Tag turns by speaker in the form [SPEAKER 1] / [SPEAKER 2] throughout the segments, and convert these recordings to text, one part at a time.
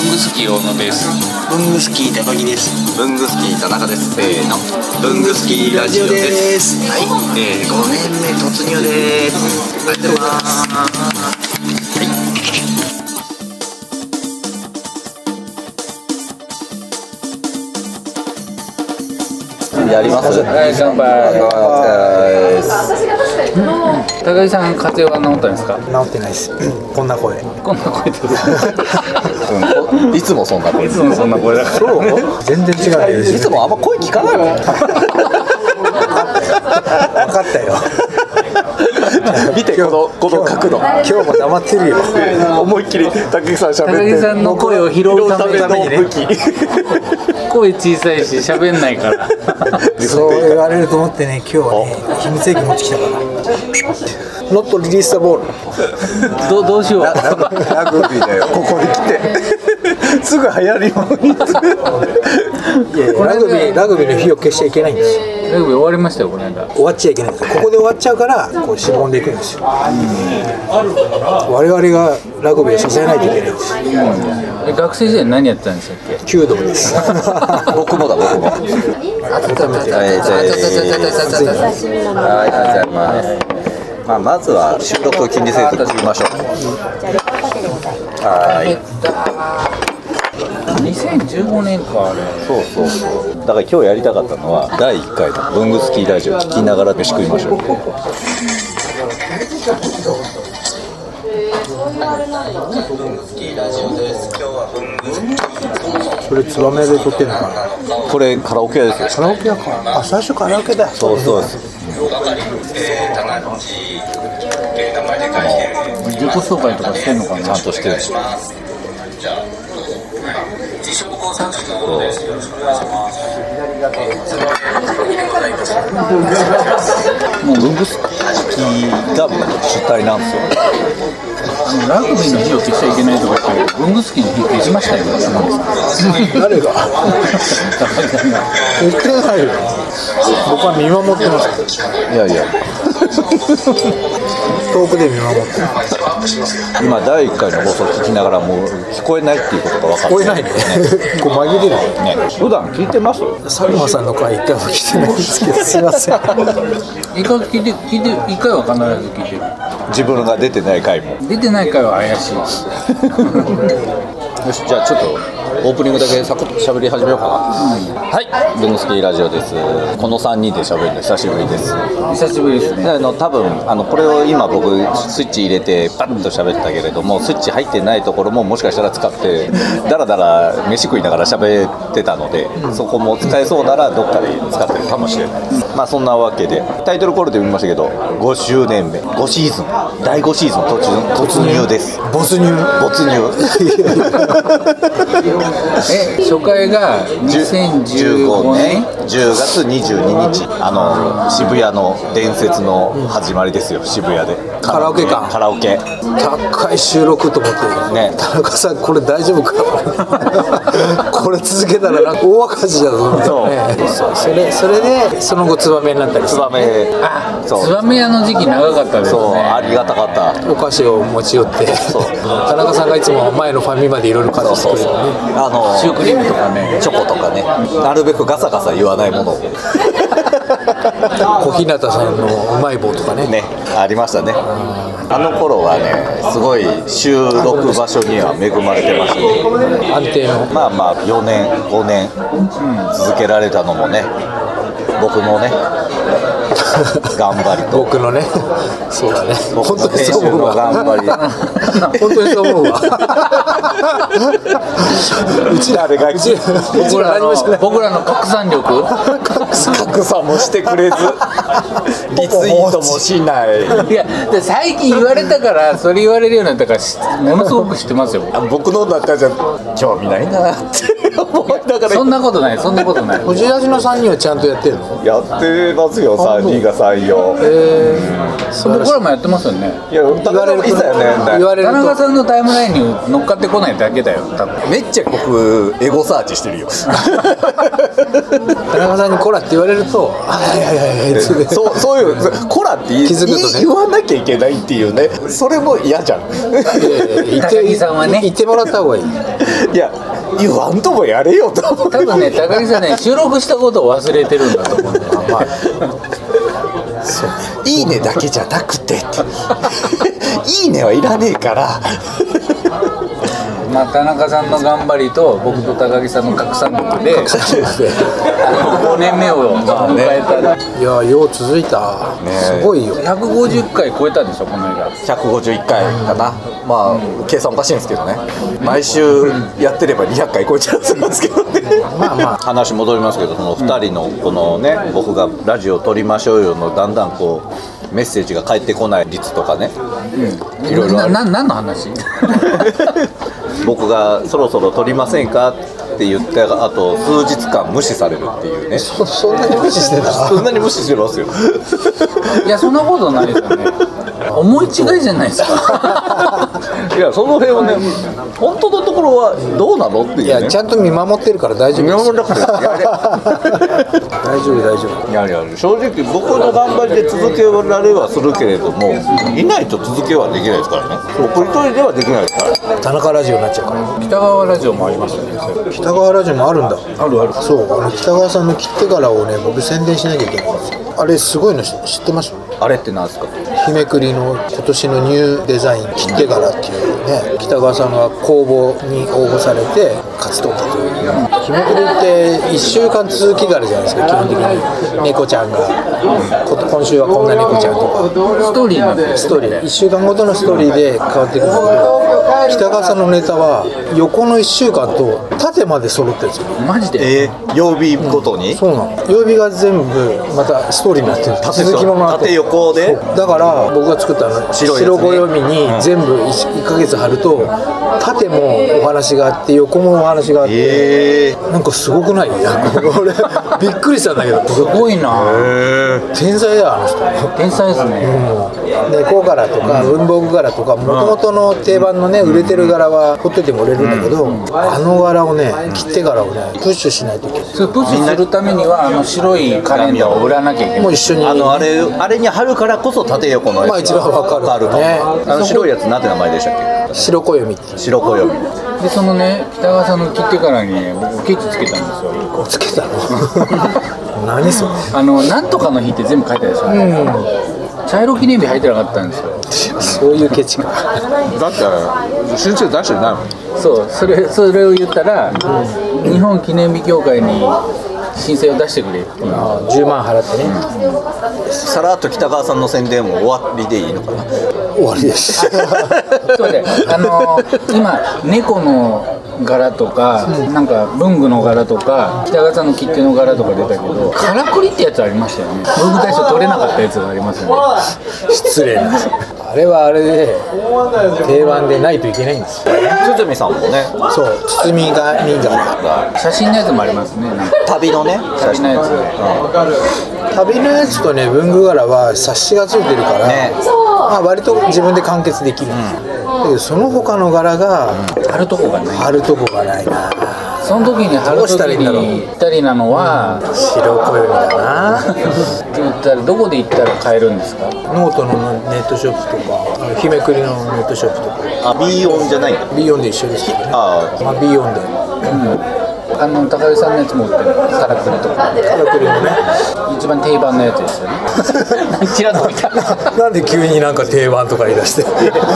[SPEAKER 1] ングスキー大野です
[SPEAKER 2] 文具スキー高木です。
[SPEAKER 3] ブングスキー田中です。せーの。ブングスキーラジオです。
[SPEAKER 2] す。
[SPEAKER 3] はい。えー、5年目突入です。ありがとうございます。はい。やります。
[SPEAKER 1] はい乾杯
[SPEAKER 3] お疲れ様です。
[SPEAKER 1] 高木さん風邪は治ったんですか
[SPEAKER 2] 治ってないです。 こんな声。
[SPEAKER 1] こんな声で
[SPEAKER 3] うん、いつもそんな声。いつもそんな声だから。
[SPEAKER 2] 全然違うよ。
[SPEAKER 3] いつもあんま声聞かないもん。
[SPEAKER 2] 分かったよ。
[SPEAKER 3] 見てこのこの角度。
[SPEAKER 2] 今日も黙ってるよ。
[SPEAKER 3] 思いっきり高木さん喋って。
[SPEAKER 1] 高木さんの声を拾うため
[SPEAKER 3] 拾
[SPEAKER 1] の
[SPEAKER 3] うための武器。
[SPEAKER 1] 声小さいし喋んないから
[SPEAKER 2] そう言われると思ってね、今日はね、秘密兵器持ってきたから。ノットリリースタボール。
[SPEAKER 1] どどうしよう
[SPEAKER 3] ラグビーだよここに来てすぐ流行るように
[SPEAKER 2] いやいやラグビー、ラグビーの火を消しちゃいけないんですよ。
[SPEAKER 1] ラグビー終わりましたよこの間
[SPEAKER 2] 終わっちゃいけないんですよ。ここで終わっちゃうから、こうしぼんでいくんですよ。我々がラグビーを支えないといけないんですよ。
[SPEAKER 1] え学生時代何やってたんでしたっけ
[SPEAKER 2] 弓道です。
[SPEAKER 3] 僕もだ僕も
[SPEAKER 2] 改めて。
[SPEAKER 3] はいじゃあはいありがとうございますまあまずは収録を気にせず聞きましょうはい
[SPEAKER 1] 2015年かあれ
[SPEAKER 3] そうそうそうだから今日やりたかったのは第1回の文具スキーラジオ聞きながら飯食いましょう
[SPEAKER 2] それツバメで撮ってるのかな。
[SPEAKER 3] これカラオケ屋ですよ
[SPEAKER 2] カラオケ屋か。あ、最初カラオケだ。
[SPEAKER 3] そうそうです
[SPEAKER 1] 自己紹介とかしてんのか
[SPEAKER 3] ち
[SPEAKER 1] な
[SPEAKER 3] ゃんとしてる
[SPEAKER 1] もう文具ス
[SPEAKER 3] が主体なんですよ
[SPEAKER 1] ラグビーの火を消しちゃいけないとか言って文具スキーの火消しましたよ
[SPEAKER 2] 誰が。言ってくださいよ。僕は見守ってます。
[SPEAKER 3] いやいや
[SPEAKER 2] 遠くで見守ってます。
[SPEAKER 3] 今第1回の放送聞きながらもう聞こえないっていうことが分かって
[SPEAKER 2] 聞こえない ね。こう紛れる。
[SPEAKER 3] ね、普段聞いてます
[SPEAKER 2] 佐久間さんの回一回も来てないんですけど、すいません。
[SPEAKER 1] 一回聞いて聞いて一回は必ず聞いてる
[SPEAKER 3] 自分が出てない回も
[SPEAKER 1] 出てない回は怪しい
[SPEAKER 3] よしじゃあちょっとオープニングだけサクッと喋り始めようかな、はい「ブングスキーラジオ」ですこの3人で喋るの久しぶりです
[SPEAKER 1] 久しぶりですね
[SPEAKER 3] あの多分あのこれを今僕スイッチ入れてパッと喋ったけれどもスイッチ入ってないところももしかしたら使 ってだらだら飯食いながら喋ってたのでそこも使えそうならどっかで使ってるかもしれないですまあそんなわけでタイトルコールで見ましたけど5周年目5シーズン第5シーズン突入突入です
[SPEAKER 2] 没入。
[SPEAKER 3] 没入
[SPEAKER 1] え初回が
[SPEAKER 3] 2015
[SPEAKER 1] 2015
[SPEAKER 3] 年
[SPEAKER 1] 年
[SPEAKER 3] 10月22日あの渋谷の伝説の始まりですよ渋谷で
[SPEAKER 2] カラオケか
[SPEAKER 3] カラオケ
[SPEAKER 2] 高い収録と思って。
[SPEAKER 3] ね
[SPEAKER 2] 田中さん、これ大丈夫か。 これ続けたら、なんか大赤字だぞみたいなね。そうそれ、それで、その後ツバメになったりす
[SPEAKER 3] ツ
[SPEAKER 2] る。
[SPEAKER 3] バメ
[SPEAKER 1] あ
[SPEAKER 3] そう
[SPEAKER 1] ツバメ屋の時期長かったです
[SPEAKER 3] そうあ
[SPEAKER 1] ね
[SPEAKER 3] りがたかった
[SPEAKER 2] お菓子を持ち寄って。
[SPEAKER 3] そう
[SPEAKER 2] 田中さんがいつも前のファミマでいろいろ買っ
[SPEAKER 3] そう
[SPEAKER 2] てきて
[SPEAKER 3] そ
[SPEAKER 2] く
[SPEAKER 3] うそう
[SPEAKER 2] れるね。
[SPEAKER 3] あの
[SPEAKER 1] シュークリームとかね
[SPEAKER 3] チョコとかねなるべくガサガサ言わないものを
[SPEAKER 2] 小日向さんのうまい棒とかね
[SPEAKER 3] ねありましたねあの頃はねすごい収録場所には恵まれてましたね
[SPEAKER 2] 安定の
[SPEAKER 3] まあまあ4年5年続けられたのもね僕の ね頑張りと
[SPEAKER 2] 僕のねそうだね
[SPEAKER 3] 僕
[SPEAKER 2] 本
[SPEAKER 3] の
[SPEAKER 2] 当に
[SPEAKER 3] 編集
[SPEAKER 2] そう思う
[SPEAKER 3] の
[SPEAKER 2] わ
[SPEAKER 3] 頑張り
[SPEAKER 2] 本当にそう思うわうちら
[SPEAKER 3] 誰が
[SPEAKER 2] うちらうち
[SPEAKER 1] 僕
[SPEAKER 2] ら
[SPEAKER 1] ら
[SPEAKER 2] 何
[SPEAKER 1] の
[SPEAKER 2] もしてない
[SPEAKER 1] 僕らの拡散 力
[SPEAKER 3] 格差もしてくれずリツイートもしない
[SPEAKER 1] いやで最近言われたからそれ言われるようになったからしものすごく知ってますよ
[SPEAKER 3] あ僕の中じゃ興味ないなってだから
[SPEAKER 1] そんなことないそんなこと ない
[SPEAKER 2] 藤ラジの3人はちゃんとやってるの
[SPEAKER 3] やってますよ3人が採用
[SPEAKER 2] えー、素晴ら
[SPEAKER 1] 僕
[SPEAKER 2] しい
[SPEAKER 1] らもやってますよね
[SPEAKER 3] いや歌
[SPEAKER 2] 言われる
[SPEAKER 3] いたよね
[SPEAKER 2] 言われ
[SPEAKER 1] 田
[SPEAKER 2] る
[SPEAKER 1] 中
[SPEAKER 2] と
[SPEAKER 1] さんのタイムラインに乗っかってこないだけだよ多分
[SPEAKER 4] めっちゃ僕エゴサーチして るよ
[SPEAKER 2] 田中さんに「こら」って言われると「あはいはいはい はい」って言って
[SPEAKER 4] そうそういうそうコラって言い
[SPEAKER 2] 気づくとね
[SPEAKER 4] 言わなきゃいけないっていうねそれも嫌じゃん
[SPEAKER 2] 言っ
[SPEAKER 1] 高木
[SPEAKER 2] て
[SPEAKER 1] さんはね
[SPEAKER 2] 言ってもらった方がいい
[SPEAKER 4] いや言わんともやれよと思う
[SPEAKER 1] 多分ね高木さんね収録したことを忘れてるんだと思うんだよね
[SPEAKER 4] いいねだけじゃなくてって いいねはいらねえから
[SPEAKER 1] まあ田中さんの頑張りと僕と高木さんの拡散力で5年目をまあ迎えた
[SPEAKER 2] いやよう続いた、すごいよ
[SPEAKER 1] 150回超えたでしょこの映画
[SPEAKER 4] 151回かなまあ計算おかしいんですけどね毎週やってれば200回超えちゃうんですけどね
[SPEAKER 2] まあまあ
[SPEAKER 3] 話戻りますけどその2人のこのね、僕が「ラジオ撮りましょうよ」のだんだんこうメッセージが返ってこない率とかね、いろいろある
[SPEAKER 1] なな何の話
[SPEAKER 3] 僕が「そろそろ撮りませんか?」って言ったあと数日間無視されるっていうね
[SPEAKER 2] そそんなに無視してた
[SPEAKER 3] そんなに無視してますよ
[SPEAKER 1] いやそんなことないですよね思い違いじゃないですか
[SPEAKER 3] いやその辺をね本当のところはどうなのっていう、ね、
[SPEAKER 2] いやちゃんと見守ってるから大丈夫
[SPEAKER 3] 見
[SPEAKER 2] です
[SPEAKER 3] 守らなくていやい
[SPEAKER 2] 大丈夫大丈夫
[SPEAKER 3] やいやいや正直僕の頑張りで続けられはするけれどもいないと続けはできないですからね僕一人ではできないですから
[SPEAKER 2] 田中ラジオになっちゃうから
[SPEAKER 1] 北川ラジオもありましたねそれ
[SPEAKER 2] 北川ラジオもあるんだ
[SPEAKER 1] あるある
[SPEAKER 2] そうあの北川さんの切ってからをね僕宣伝しなきゃいけないんですよあれすごいの知知ってます
[SPEAKER 3] あれってなんですか
[SPEAKER 2] 日めくりの今年のニューデザイン切ってからっていうね北川さんが公募に応募されて勝ち取ったという日めくりって1週間続きがあるじゃないですか基本的に猫ちゃんがこ今週はこんな猫ちゃんとか
[SPEAKER 1] ストーリーなんで
[SPEAKER 2] ストーリー1週間ごとのストーリーで変わっていくんだけど北川さんのネタは横の1週間と縦まで揃ってるんですよ
[SPEAKER 1] マジで
[SPEAKER 4] えー、曜日ごとに、
[SPEAKER 2] そうなの曜日が全部またストーリーになってる
[SPEAKER 4] 縦
[SPEAKER 2] 続きものがあって
[SPEAKER 4] 縦横で
[SPEAKER 2] だから僕が作ったあの
[SPEAKER 4] 白いやつね
[SPEAKER 2] 白暦に全部 1, 一ヶ月貼ると縦もお話があって横もお話があって、
[SPEAKER 4] えー
[SPEAKER 2] なんかすごくないなんか俺 びっくりしたんだけど
[SPEAKER 1] すごいな
[SPEAKER 2] 天才だよあの人
[SPEAKER 1] 天才ですね
[SPEAKER 2] 猫柄とか文房具柄とかもともとの定番のね売れてる柄はほっといても売れるんだけど、あの柄をね切手柄をねプッシュしないといけない
[SPEAKER 1] それプッシュするためにはあの白いカレンダーを売らなきゃいけ
[SPEAKER 2] も
[SPEAKER 1] な
[SPEAKER 2] う
[SPEAKER 1] い
[SPEAKER 2] 一緒に
[SPEAKER 3] あのあれあれに貼るからこそ縦横のやつ
[SPEAKER 2] まあ一番わかる
[SPEAKER 3] わか
[SPEAKER 2] ね
[SPEAKER 3] あの白いやつなんて名前でしたっ
[SPEAKER 2] 白暦って
[SPEAKER 3] け白暦
[SPEAKER 1] でそのね北川さんの切ってからにね僕ケチつけたんですよ
[SPEAKER 2] こうつけた の何それ
[SPEAKER 1] あのなんとかの日って全部書いてあるでしょ、茶色記念日入ってなかったんですよ
[SPEAKER 2] そういうケチか
[SPEAKER 3] だって先生出してないもん
[SPEAKER 1] そうそれそれを言ったら、日本記念日協会に申請を出してくれっていう
[SPEAKER 2] あ10万払ってね、
[SPEAKER 3] さらっと北川さんの宣伝も終わりでいいのかな
[SPEAKER 2] 終わりです
[SPEAKER 1] それであの今猫の柄とか、なんか文具の柄とか北川さんの切手の柄とか出たけどからくりってやつありましたよね文具大賞取れなかったやつがありますよね
[SPEAKER 2] 失礼なあれはあれで定番でないといけないんですよ
[SPEAKER 3] 堤さんもね
[SPEAKER 2] そう包み紙が
[SPEAKER 1] 写真のやつもありますねなんか
[SPEAKER 3] 旅のね
[SPEAKER 1] 写真のやつ
[SPEAKER 2] 旅のやつとね文具柄は冊子がついてるから、
[SPEAKER 3] ね
[SPEAKER 2] まあ、割と自分で完結できるんですよ、だけどその他の柄が
[SPEAKER 1] 貼るとこがない
[SPEAKER 2] 貼るとこがないな
[SPEAKER 1] その時に貼る
[SPEAKER 2] どう
[SPEAKER 1] 時
[SPEAKER 2] したらいいんだろう
[SPEAKER 1] にぴったりなのは、
[SPEAKER 2] 白小指だ
[SPEAKER 1] って言ったらどこで行ったら買えるんですか
[SPEAKER 2] なノートのネットショップとかあの日めくりのネットショップとか
[SPEAKER 3] あ B 音じゃないんだ
[SPEAKER 2] B4 で一緒ですけどね
[SPEAKER 3] あ
[SPEAKER 2] まあ、B4 で
[SPEAKER 1] あの高木さんのやつも売ってるからくりとか
[SPEAKER 2] からくりもね
[SPEAKER 1] 一番定番のやつですよ ね ちらっと見た
[SPEAKER 2] なんで急になんか定番とか言い出して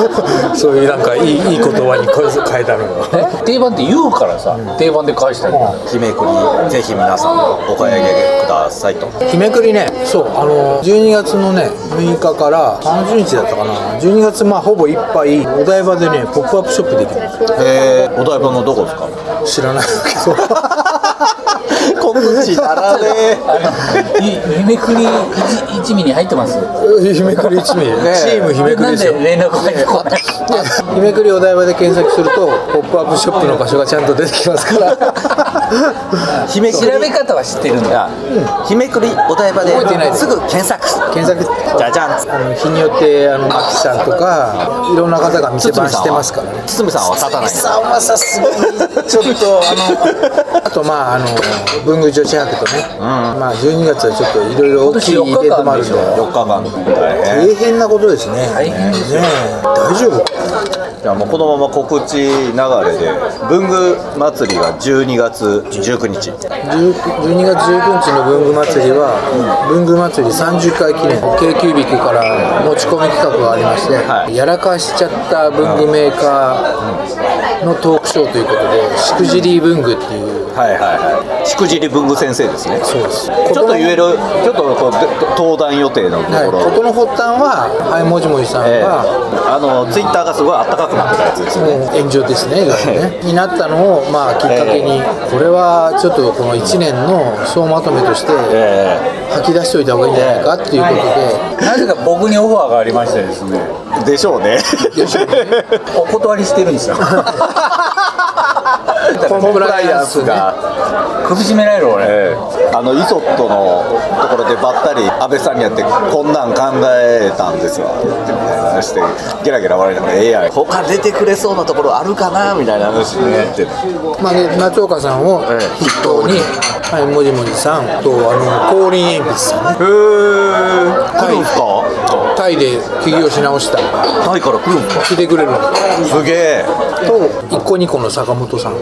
[SPEAKER 2] そういうなんかいいいい言葉にこ変えたのよ
[SPEAKER 1] え定番って言うからさ、定番で返したり
[SPEAKER 3] あ日めくりぜひ皆さんもお買い上げくださいと
[SPEAKER 2] 日めくりねそうあの12月のね6日から30日だったかな12月まあほぼいっぱいお台場でねポップアップショップできるんですよ
[SPEAKER 3] えー、お台場のどこですか
[SPEAKER 2] 知らないけど
[SPEAKER 3] 告知ならね
[SPEAKER 1] いゆめくり一一味に入ってます
[SPEAKER 2] 日めくり一味、 チーム日めくり
[SPEAKER 1] な
[SPEAKER 2] で
[SPEAKER 1] ん
[SPEAKER 2] す
[SPEAKER 1] で
[SPEAKER 2] よ
[SPEAKER 1] 連絡が来ない
[SPEAKER 2] 日めくりお台場で検索するとポップアップショップの場所がちゃんと出てきます から
[SPEAKER 3] 姫
[SPEAKER 1] 調べ方は知ってるんだ
[SPEAKER 3] あ日めくりお台場
[SPEAKER 2] 覚えてない
[SPEAKER 3] で
[SPEAKER 2] です
[SPEAKER 3] すぐ検索
[SPEAKER 2] 検索
[SPEAKER 3] じゃじゃん
[SPEAKER 2] あの日によってあのマキさんとかいろんな方が店番してますからね
[SPEAKER 3] 堤さんは立たない
[SPEAKER 2] さんはさすがにちょっとあの あとまああの文具女子博とね、まあ12月はちょっといろいろ大きいイベントもあるんで
[SPEAKER 3] 4日間大変
[SPEAKER 2] 大変なことですね大変ですね大丈夫
[SPEAKER 3] じゃあもうこのまま告知流れで文具祭りが12月19日
[SPEAKER 2] 10 12月19日の文具祭りは、文具祭り30回記念 k キュービックから持ち込み企画がありまして、
[SPEAKER 3] はい
[SPEAKER 2] やらかしちゃった文具メーカーのトークショーということでしくじり文具っていう
[SPEAKER 3] はいはいはいしくじり文具先生ですね
[SPEAKER 2] そうですち
[SPEAKER 3] ちょっと言えるちょっとこうで登壇予定のとこ
[SPEAKER 2] はい、
[SPEAKER 3] ろ、
[SPEAKER 2] 事の発端ははいもじもじさん
[SPEAKER 3] ええ
[SPEAKER 2] が、
[SPEAKER 3] あのツイッターがすごいあったかくなってたやつですね
[SPEAKER 2] もう炎上ですね、がねになったのを、まあ、きっかけに、これはちょっとこの1年の総まとめとして、
[SPEAKER 3] え
[SPEAKER 2] 吐き出しておいた方がいいんじゃないかっていうことで、
[SPEAKER 1] なぜか僕にオファーがありましてですね
[SPEAKER 3] えでしょうね
[SPEAKER 1] お断りしてるん ですよ
[SPEAKER 2] コンプライアンスが、
[SPEAKER 1] 首絞められる俺、
[SPEAKER 3] ええあのイソットのところでばったり安倍さんにやってこんなん考えたんですわってみたいな話してゲラゲラ笑いながら AI
[SPEAKER 4] 他出てくれそうなところあるかなみたいな話になって
[SPEAKER 2] まあね、松岡さんを筆頭に、はい、もじもじさんとあの光輪鉛筆さんね
[SPEAKER 3] へえ来るんすか
[SPEAKER 2] タイで起業し直した
[SPEAKER 3] タイから来るんすか
[SPEAKER 2] 来てくれるの
[SPEAKER 3] すげえ
[SPEAKER 2] と一個二個の坂本さん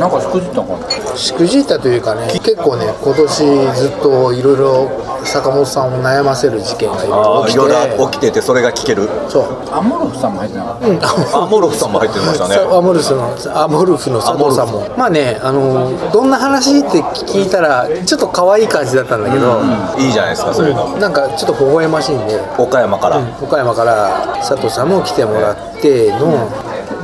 [SPEAKER 1] なんかしくじったのかな
[SPEAKER 2] しくじったというかね結構ね今年ずっといろいろ坂本さんを悩ませる事件が今起き
[SPEAKER 3] 夜だ
[SPEAKER 2] て
[SPEAKER 3] 起きててそれが聞ける
[SPEAKER 2] そう
[SPEAKER 1] アンモロフさんも入ってなかった
[SPEAKER 3] アモロフさんも入ってましたね
[SPEAKER 2] さアモルフのアモルフの佐藤さんもまあねあのどんな話って聞いたらちょっと可愛い感じだったんだけど、
[SPEAKER 3] いいじゃないですかそういうの
[SPEAKER 2] なんかちょっと微笑ましいんで
[SPEAKER 3] 岡山から、
[SPEAKER 2] 岡山から佐藤さんも来てもらっての、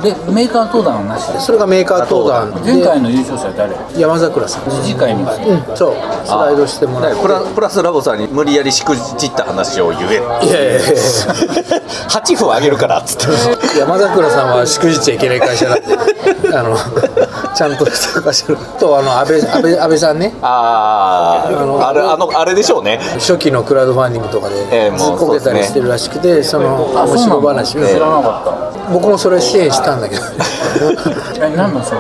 [SPEAKER 1] でメーカー登壇はなしです
[SPEAKER 2] それがメーカー登壇
[SPEAKER 1] 前回
[SPEAKER 2] で
[SPEAKER 1] の優勝者は誰
[SPEAKER 2] 山桜さん、
[SPEAKER 1] 次回みたいな
[SPEAKER 2] うん、そうスライドしてもらっ
[SPEAKER 3] ねプラプラスラボさんに無理やりしくじった話を言え
[SPEAKER 2] ていやいやいや い
[SPEAKER 3] 8分あげるからっつって
[SPEAKER 2] や山桜さんはしくじっちゃいけない会社な んであのちゃんとした会社とあの安倍安倍安倍さんね
[SPEAKER 3] あああれあのあれでしょうね
[SPEAKER 2] 初期のクラウドファンディングとかで
[SPEAKER 3] ええ
[SPEAKER 2] ず
[SPEAKER 3] も
[SPEAKER 2] っ
[SPEAKER 3] う
[SPEAKER 2] こけたりしてるらしくてその面白話
[SPEAKER 1] 知ら
[SPEAKER 2] を
[SPEAKER 1] なか
[SPEAKER 2] 僕もそれ支援したんだ けど
[SPEAKER 1] ったえ何の商品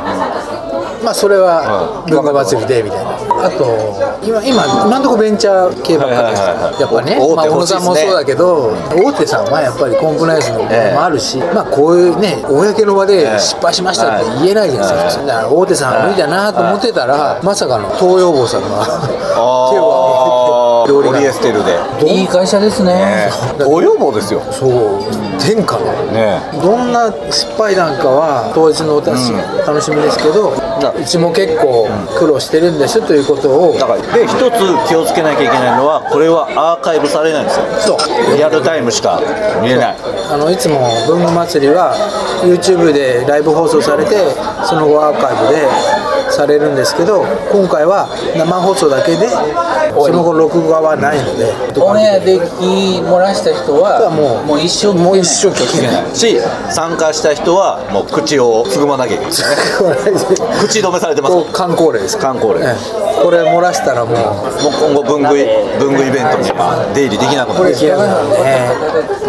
[SPEAKER 2] まあそれは文化祭りでみたいなあと今今今のところベンチャー系ばっかりです
[SPEAKER 3] はいはいはいはい
[SPEAKER 2] やっぱね
[SPEAKER 3] お
[SPEAKER 2] まあ
[SPEAKER 3] 大手
[SPEAKER 2] 小野
[SPEAKER 3] 欲しいで
[SPEAKER 2] さん
[SPEAKER 3] すね
[SPEAKER 2] もそうだけど大手さんはやっぱりコンプライアンスの問題もあるしまあこういうね公の場で
[SPEAKER 3] ええ
[SPEAKER 2] 失敗しましたって言えないじゃないですか普通だから大手さんは無理だなと思ってたらまさかの東洋坊さんが手を
[SPEAKER 3] あ
[SPEAKER 2] 挙げて料理
[SPEAKER 3] ポ
[SPEAKER 2] が
[SPEAKER 3] リエステルで
[SPEAKER 1] なのいい会社ですね
[SPEAKER 3] お要望ですよ
[SPEAKER 2] そう天下の
[SPEAKER 3] ね
[SPEAKER 2] どんな失敗なんかは当日のお達し、楽しみですけどうちも結構苦労してるんですということを
[SPEAKER 3] だからで一つ気をつけなきゃいけないのはこれはアーカイブされないんですよ
[SPEAKER 2] そう
[SPEAKER 3] リアルタイムしか見れない
[SPEAKER 2] あのいつも文具祭りは YouTube でライブ放送されてその後アーカイブでされるんですけど今回は生放送だけでその後録画はないので
[SPEAKER 1] オンエア で漏らした人は
[SPEAKER 2] もう
[SPEAKER 1] もう一生聞けない
[SPEAKER 2] もう一生聞けない
[SPEAKER 3] し参加した人はもう口をつぐまなきゃいけないですね口止めされてます
[SPEAKER 2] こう観光例ですか
[SPEAKER 3] 観光例
[SPEAKER 2] ええこれ漏らしたらもう
[SPEAKER 3] もう今後文具い文具イベントには出入りできなくなる
[SPEAKER 2] 嫌いなんで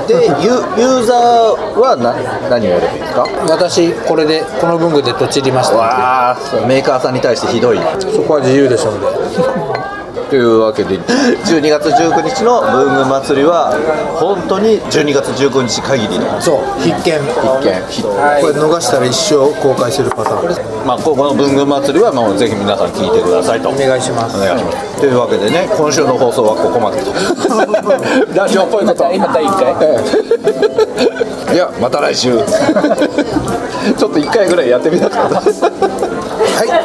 [SPEAKER 3] でユユーザーはな何をやればいいですか
[SPEAKER 2] 私これでこの文具でとちりました
[SPEAKER 3] わあメーカーさんに対してひどい
[SPEAKER 2] そこは自由でしょうので
[SPEAKER 3] というわけで12月19日の文具祭りは本当に12月19日限りの
[SPEAKER 2] そう必見
[SPEAKER 3] 一件ひ
[SPEAKER 2] これ逃したら一生公開するパターンです
[SPEAKER 3] まあ、ここの文具祭りはもうぜひ皆さん聞いてくださいとお
[SPEAKER 2] お願いします
[SPEAKER 3] 願いしますというわけでね今週の放送はここまでと ラジオっぽいこと
[SPEAKER 1] 今第一回
[SPEAKER 3] いやまた来週ちょっと1回ぐらいやってみたか った
[SPEAKER 2] はい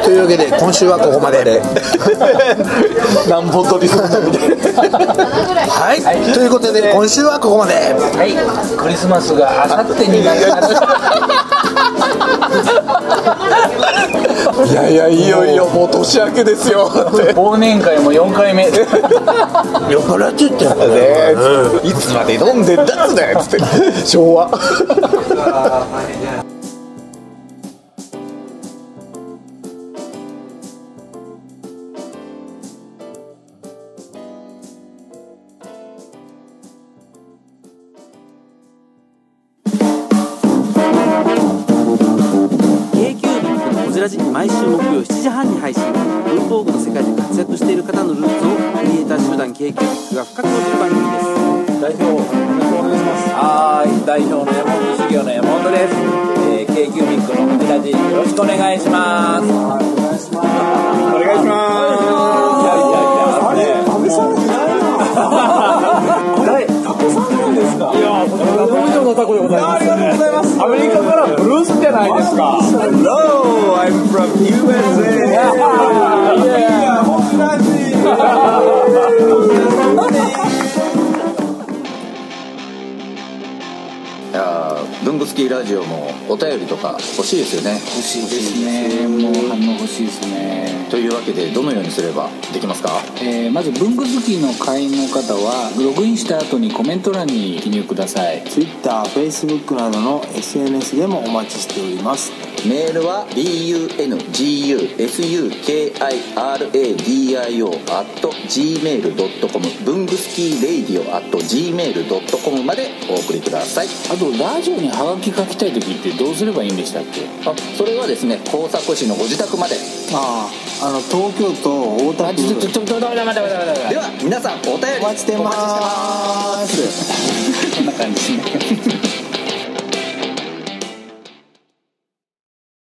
[SPEAKER 2] というわけで今週はここまで
[SPEAKER 3] 何本撮りするんだみたいな
[SPEAKER 2] はい、ということで今週はここまで
[SPEAKER 1] はいクリスマスがあさってになります
[SPEAKER 3] いやいやいよいよもう年明けですよって
[SPEAKER 1] 忘年会も4回目
[SPEAKER 5] 酔 っ払っちゃったよね
[SPEAKER 3] ねいつまで飲んでんだっつねっつって 昭和
[SPEAKER 2] こじらじ毎週木曜7時半に配信文房具の世界で活躍している方のルーツをクリエイター集団 k q b i c が深く落ちる番組です
[SPEAKER 4] 代表よろしくお願いしますはい代表の山本修行の山本です、えー、k q ミックのホジラジよろしくお願いしますお願いしますいやいやいやあれ食べされてないなタコさんなんですかいやどうのタコでございますありがとうございますアメリカからブルースじゃないですか Hello I'm from USA いやホジラジ
[SPEAKER 3] いやー文具好きラジオもお便りとか欲しいですよね
[SPEAKER 1] 欲しいですねもう反応欲しいですね
[SPEAKER 3] というわけでどのようにすればできますか
[SPEAKER 1] えーまず文具好きの会員の方はログインした後にコメント欄に記入ください
[SPEAKER 6] TwitterFacebook などの SNS でもお待ちしております
[SPEAKER 3] メールは bungusukradio gmail.com 文具スキーレイディオ gmail.com までお送りください
[SPEAKER 1] あとラジオにハガキ書きたい時ってどうすればいいんでしたっけ
[SPEAKER 3] あそれはですね工作士のご自宅まで
[SPEAKER 6] あああの東京都大田
[SPEAKER 1] あちょっと
[SPEAKER 6] 区
[SPEAKER 1] ちょっと待って待って待って待って
[SPEAKER 3] では皆さんお便り
[SPEAKER 6] お待ちしてます
[SPEAKER 1] こんな感じ